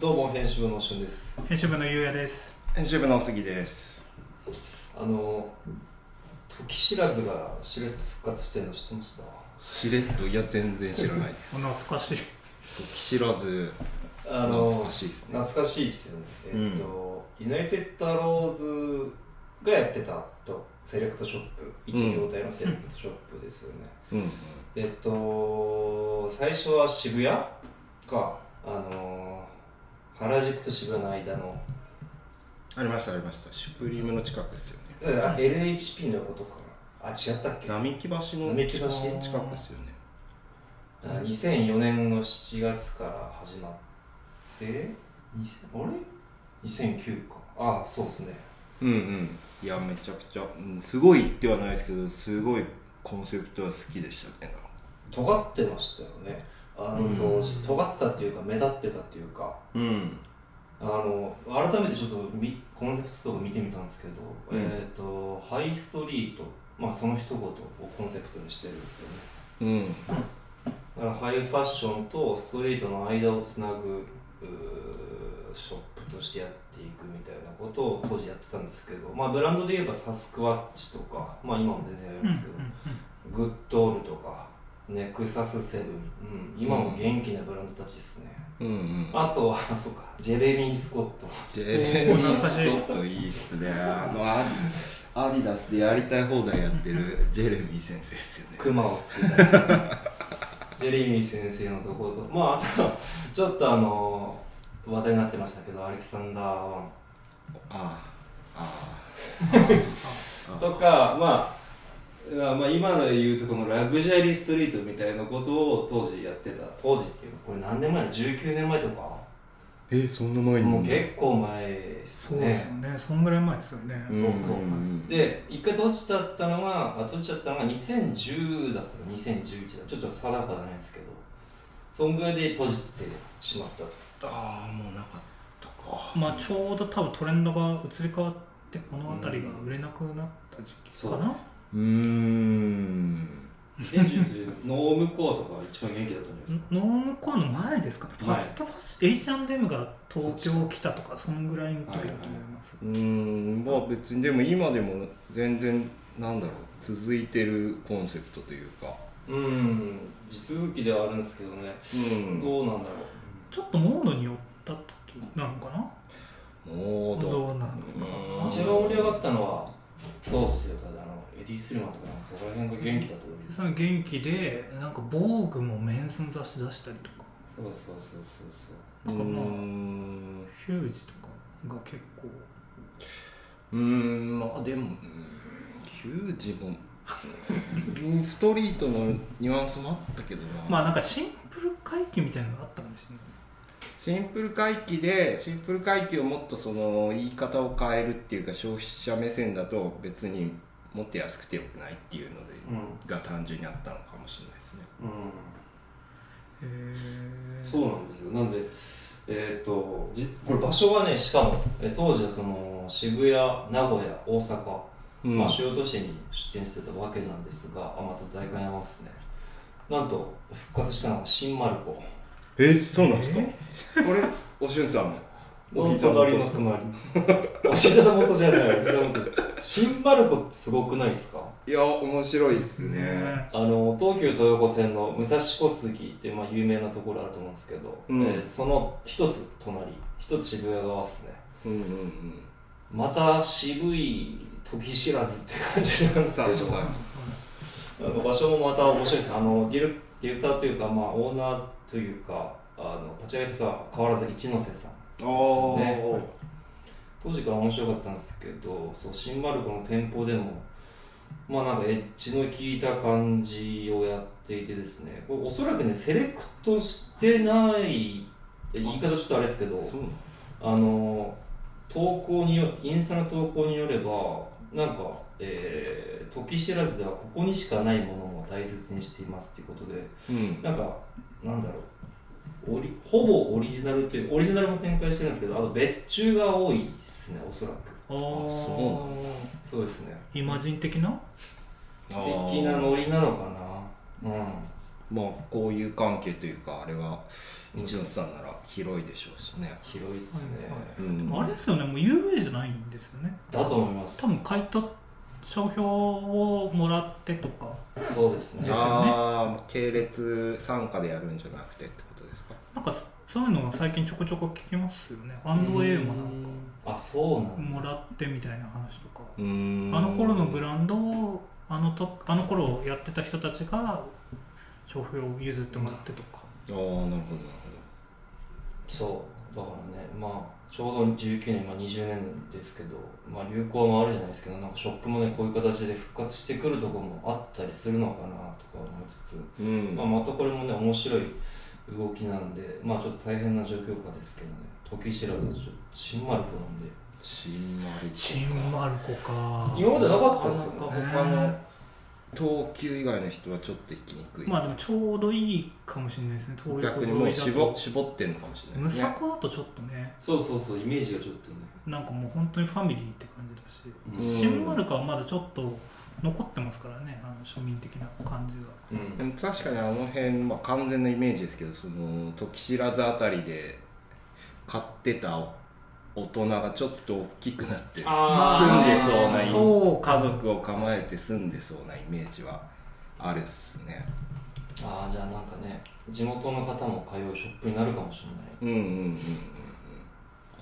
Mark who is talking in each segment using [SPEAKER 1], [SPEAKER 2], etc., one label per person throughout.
[SPEAKER 1] どうも編集部のしゅんです
[SPEAKER 2] 編集部のゆうやです
[SPEAKER 3] 編集部の杉です
[SPEAKER 1] あの時知らずがしれっと復活してるの知ってました
[SPEAKER 3] しれっといや全然知らないで す
[SPEAKER 2] 懐かしい
[SPEAKER 3] 知らず
[SPEAKER 1] あの
[SPEAKER 3] 懐かしいですね
[SPEAKER 1] 懐かしいですよねえっと、ユナイテッドアローズがやってたとセレクトショップ一業態のセレクトショップですよね、
[SPEAKER 3] うんうん
[SPEAKER 1] えっと最初は渋谷かあの原宿と渋谷の間の
[SPEAKER 3] ありましたありましたシュプリームの近くですよね
[SPEAKER 1] それあ LHP のことかなあ違ったっけ
[SPEAKER 3] 並木橋の
[SPEAKER 1] 並木橋
[SPEAKER 3] 近くですよね
[SPEAKER 1] だから2004年の7月から始まって2000あれ2009かああそうですね
[SPEAKER 3] うんうんいやめちゃくちゃ、うん、すごいではないですけどすごいコンセプトは好きでしたね
[SPEAKER 1] 尖ってましたよねあの当時、尖ってたっていうか目立ってたっていうか
[SPEAKER 3] うん
[SPEAKER 1] あの改めてちょっとみコンセプトとか見てみたんですけど、
[SPEAKER 3] うん
[SPEAKER 1] えっ、とハイストリートまあその一言をコンセプトにしてるんですよね
[SPEAKER 3] うん
[SPEAKER 1] だからハイファッションとストリートの間をつなぐうーショップとしてやっていくみたいなことを当時やってたんですけど、まあ、ブランドで言えばサスクワッチとか、まあ、今も全然やるんですけど、グッドオールとかネクサスセブン、うん、今も元気なブランドたちですね、
[SPEAKER 3] うんうん
[SPEAKER 1] あとはあそうかジェレミー・スコット
[SPEAKER 3] ジェレミー・スコットいいっすねあのアディアディダスでやりたい放題やってるジェレミー先生っすよね
[SPEAKER 1] クマをつけたり ジェレミー先生のところとまああとはちょっとあの話題になってましたけどアレキサンダー・ワン
[SPEAKER 3] ああああ
[SPEAKER 1] とか、まあ、まあまあ今の言うとこのラグジュアリーストリートみたいなことを当時やってた当時っていうかこれ何年前の19年前とか
[SPEAKER 3] えそんな前に
[SPEAKER 1] もう結構前です
[SPEAKER 2] そうですよ
[SPEAKER 1] ね
[SPEAKER 2] ねそんぐらい前ですよね、
[SPEAKER 1] そうそう
[SPEAKER 3] うんうんうん
[SPEAKER 1] で一回閉じちゃったのがあ閉じちゃったのが2010だったか2011だちょっと定かじゃないですけどそんぐらいで閉じてしまったと
[SPEAKER 3] ああもうなかったか
[SPEAKER 2] まあちょうど多分トレンドが移り変わってこの辺りが売れなくなった時期かな、
[SPEAKER 3] うーん
[SPEAKER 1] 2010ノームコアとか一番元気だったんじゃないですか
[SPEAKER 2] ノームコアの前ですかね
[SPEAKER 1] 前
[SPEAKER 2] ファストファッション H&M が東京来たとかそんぐらいの時だと思います、
[SPEAKER 3] うーんまあ別にでも今でも全然なんだろう続いてるコンセプトというか
[SPEAKER 1] うん地続きではあるんですけどね、
[SPEAKER 3] うんモ
[SPEAKER 1] どうなんだろ
[SPEAKER 2] ちょっとモードに寄った時なのかな
[SPEAKER 3] ード
[SPEAKER 2] どうなのか
[SPEAKER 1] う
[SPEAKER 3] うん
[SPEAKER 1] 一番盛り上がったのはそうっすよただあのエディ・スリマンとかなんかそこら辺が元気だった時です
[SPEAKER 2] その元気でなんか防具もメンズの雑誌出したりとか
[SPEAKER 1] そうそうそうそうそう
[SPEAKER 3] う
[SPEAKER 2] な
[SPEAKER 3] ー
[SPEAKER 2] んかまあ
[SPEAKER 3] ん
[SPEAKER 2] ヒュージとかが結構
[SPEAKER 3] うーんまあでもうーんヒュージ もうんストリートのニュアンスもあったけどな、
[SPEAKER 2] まあなんかシンプル回帰みたいなのがあったかもしれないです
[SPEAKER 3] シンプル回帰でシンプル回帰をもっとその言い方を変えるっていうか消費者目線だと別にもっと安くてよくないっていうので、
[SPEAKER 1] う
[SPEAKER 3] が単純にあったのかもしれないですね
[SPEAKER 1] ん、
[SPEAKER 2] へー
[SPEAKER 1] そうなんですよなんでえっ、とじこれ場所がねしかもえ当時はその渋谷名古屋大阪、
[SPEAKER 3] うん
[SPEAKER 1] まあ、主要都市に出店してたわけなんですがあまた代官山ですねなんと復活したのが新丸子
[SPEAKER 3] えそうなんですか、これおしゅんさんもお膝
[SPEAKER 1] の
[SPEAKER 3] 元っすか
[SPEAKER 1] 隣お膝元じゃないお膝元新丸子ってすごくないですか
[SPEAKER 3] いや面白いですね
[SPEAKER 2] ね
[SPEAKER 1] あの東急東横線の武蔵小杉っていうまあ有名なところあると思うんですけど、
[SPEAKER 3] うん
[SPEAKER 1] えーその一つ隣一つ渋谷側ですね
[SPEAKER 3] うんうん
[SPEAKER 1] また渋い時知らずって感じなん
[SPEAKER 3] う
[SPEAKER 1] で
[SPEAKER 3] ん
[SPEAKER 1] すけ
[SPEAKER 3] 確
[SPEAKER 1] ど
[SPEAKER 3] か
[SPEAKER 1] なんか場所もまた面白いですあのディレクディレクターというか、まあ、オーナーというかあの立ち上げた人は変わらず一ノ瀬さん
[SPEAKER 3] にああ、
[SPEAKER 1] ね当時から面白かったんですけどそう新丸子の店舗でもまあなんかエッジの効いた感じをやっていてですねこれおそらくねセレクトしてない言い方ちょっとあれですけど
[SPEAKER 3] そうなの
[SPEAKER 1] あの投稿によインスタの投稿によればなんか、えー時知らずではここにしかないものも大切にしていますということで
[SPEAKER 3] うん
[SPEAKER 1] なんかなんだろうオリほぼオリジナルというオリジナルも展開してるんですけどあと別注が多いですねおそらく
[SPEAKER 2] あそ
[SPEAKER 3] そう
[SPEAKER 1] そうですね
[SPEAKER 2] イマジン的な
[SPEAKER 1] 的なノリなのかなうん
[SPEAKER 3] まあ交友関係というかあれは道野さんなら広いでしょうしね、
[SPEAKER 1] 広いっすね、
[SPEAKER 2] はいは
[SPEAKER 3] う
[SPEAKER 2] で
[SPEAKER 3] ん
[SPEAKER 2] もあれですよねもう UA じゃないんですよね
[SPEAKER 1] だと思います
[SPEAKER 2] 多分買い取っ商標をもらってとか
[SPEAKER 1] そうですね
[SPEAKER 2] ですよね
[SPEAKER 3] ああ系列参加でやるんじゃなくてってことですか
[SPEAKER 2] なんかそういうのは最近ちょこちょこ聞きますよねアンド A もなんか
[SPEAKER 1] あそうなんだ
[SPEAKER 2] もらってみたいな話とか
[SPEAKER 3] うーん
[SPEAKER 2] あの頃のブランドをあのとあの頃やってた人たちが商標を譲ってもらってとか、
[SPEAKER 3] ああなるほどなるほ
[SPEAKER 1] そうだからねまあちょうど19年、まあ、20年ですけど、まあ、流行もあるじゃないですけどなんかショップもねこういう形で復活してくるとこもあったりするのかなとか思いつつ、
[SPEAKER 3] どうん
[SPEAKER 1] まあ、またこれもね面白い動きなんでまあちょっと大変な状況下ですけどね時知らずちょっと新丸子なんで
[SPEAKER 3] 新丸子
[SPEAKER 2] チンマルコか
[SPEAKER 1] 今までなかったですよね
[SPEAKER 3] なかなか他の東急以外の人はちょっと行きにくい、
[SPEAKER 2] まあでもちょうどいいかもしれないですね東横
[SPEAKER 3] 逆に
[SPEAKER 2] 沿
[SPEAKER 3] もう
[SPEAKER 2] いだ
[SPEAKER 3] 絞
[SPEAKER 2] と
[SPEAKER 3] 絞ってんのかもしれない
[SPEAKER 2] む
[SPEAKER 3] です
[SPEAKER 2] さ
[SPEAKER 3] ね
[SPEAKER 2] こだとちょっとね
[SPEAKER 1] そうそうそうイメージがちょっとね
[SPEAKER 2] なんかもう本当にファミリーって感じだし、
[SPEAKER 1] うん
[SPEAKER 3] うん
[SPEAKER 2] 新マルコはまだちょっと残ってますからねあの庶民的な感じが
[SPEAKER 1] うん
[SPEAKER 3] でも確かにあの辺、まあ、完全なイメージですけどその時知らずあたりで買ってた大人がちょっと大きくなって住ん
[SPEAKER 1] あ
[SPEAKER 3] でそうなイメージ
[SPEAKER 2] そう
[SPEAKER 3] 家族を構えて住んでそうなイメージはあるっすね
[SPEAKER 1] ーあーじゃあなんかね地元の方も通うショップになるかもしれない
[SPEAKER 3] うんうんうんうん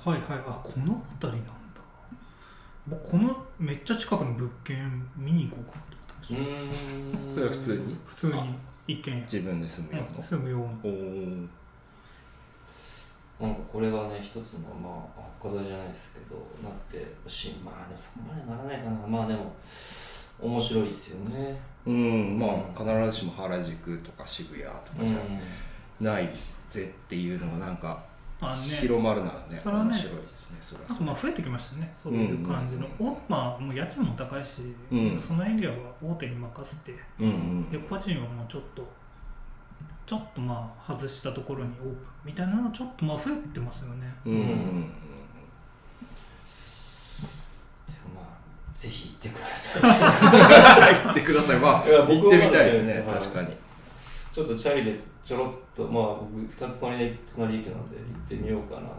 [SPEAKER 2] はいはいあこの辺りなんだ僕このめっちゃ近くの物件見に行こうかなと思ってまし
[SPEAKER 1] う
[SPEAKER 2] た
[SPEAKER 1] ーん
[SPEAKER 3] それは普通に
[SPEAKER 2] 普通に一軒
[SPEAKER 3] 自分で住む
[SPEAKER 2] 家
[SPEAKER 3] よ
[SPEAKER 2] うん住むような
[SPEAKER 3] うな、おお
[SPEAKER 1] なんかこれがね一つのまあ発火剤じゃないですけどなってしまあでもそこまでならないかなまあでも面白いですよね
[SPEAKER 3] うんま
[SPEAKER 1] うん
[SPEAKER 3] あ必ずしも原宿とか渋谷とか
[SPEAKER 1] う
[SPEAKER 3] じ
[SPEAKER 1] ん
[SPEAKER 3] ゃないぜっていうのがなんか
[SPEAKER 2] あのね
[SPEAKER 3] 広まるならね
[SPEAKER 2] それはね
[SPEAKER 3] 面白いですねそれは
[SPEAKER 2] なんか
[SPEAKER 3] そう
[SPEAKER 2] まあ増えてきましたねそういう感じの、
[SPEAKER 3] うん
[SPEAKER 2] おまあもう家賃も高いし、
[SPEAKER 3] うん
[SPEAKER 2] そのエリアは大手に任せて
[SPEAKER 3] うんうん
[SPEAKER 2] で個人はもうちょっとちょっとまあ外したところにオープンみたいなのちょっとまあ増えてますよね
[SPEAKER 3] うんうんうん
[SPEAKER 1] でもまあぜひ行ってください
[SPEAKER 3] 行ってくださいまあ
[SPEAKER 1] いや僕
[SPEAKER 3] 行ってみたいです
[SPEAKER 1] は
[SPEAKER 3] ね
[SPEAKER 1] まだです
[SPEAKER 3] 確かに
[SPEAKER 1] ちょっとチャリでちょろっとまあ僕2つ隣隣駅なんで行ってみようかなと思っ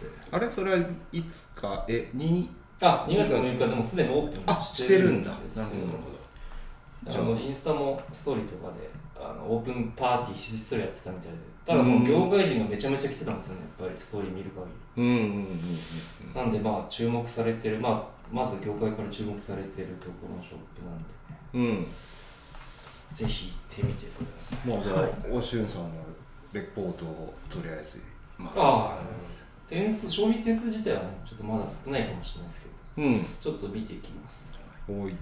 [SPEAKER 1] て
[SPEAKER 3] あれそれはいつかえに
[SPEAKER 1] あ2月の6日でもすでにオープン
[SPEAKER 3] あしてるんだ
[SPEAKER 1] です
[SPEAKER 3] な
[SPEAKER 1] よ
[SPEAKER 3] るほどなるほど
[SPEAKER 1] あのインスタもストーリーとかであのオープンパーティーひっそりやってたみたいでただその業界人がめちゃめちゃ来てたんですよねやっぱりストーリー見る限り
[SPEAKER 3] うんうんうんうん
[SPEAKER 1] なんでまあ注目されてる、まあ、まず業界から注目されてるところのショップなんで
[SPEAKER 3] うんうん
[SPEAKER 1] ぜひ行ってみてください
[SPEAKER 3] まあじゃあおしゅんさんのレポートをとりあえずま
[SPEAKER 1] ああ点数消費点数自体はねちょっとまだ少ないかもしれないですけど
[SPEAKER 3] うん
[SPEAKER 1] ちょっと見ていきます
[SPEAKER 3] おい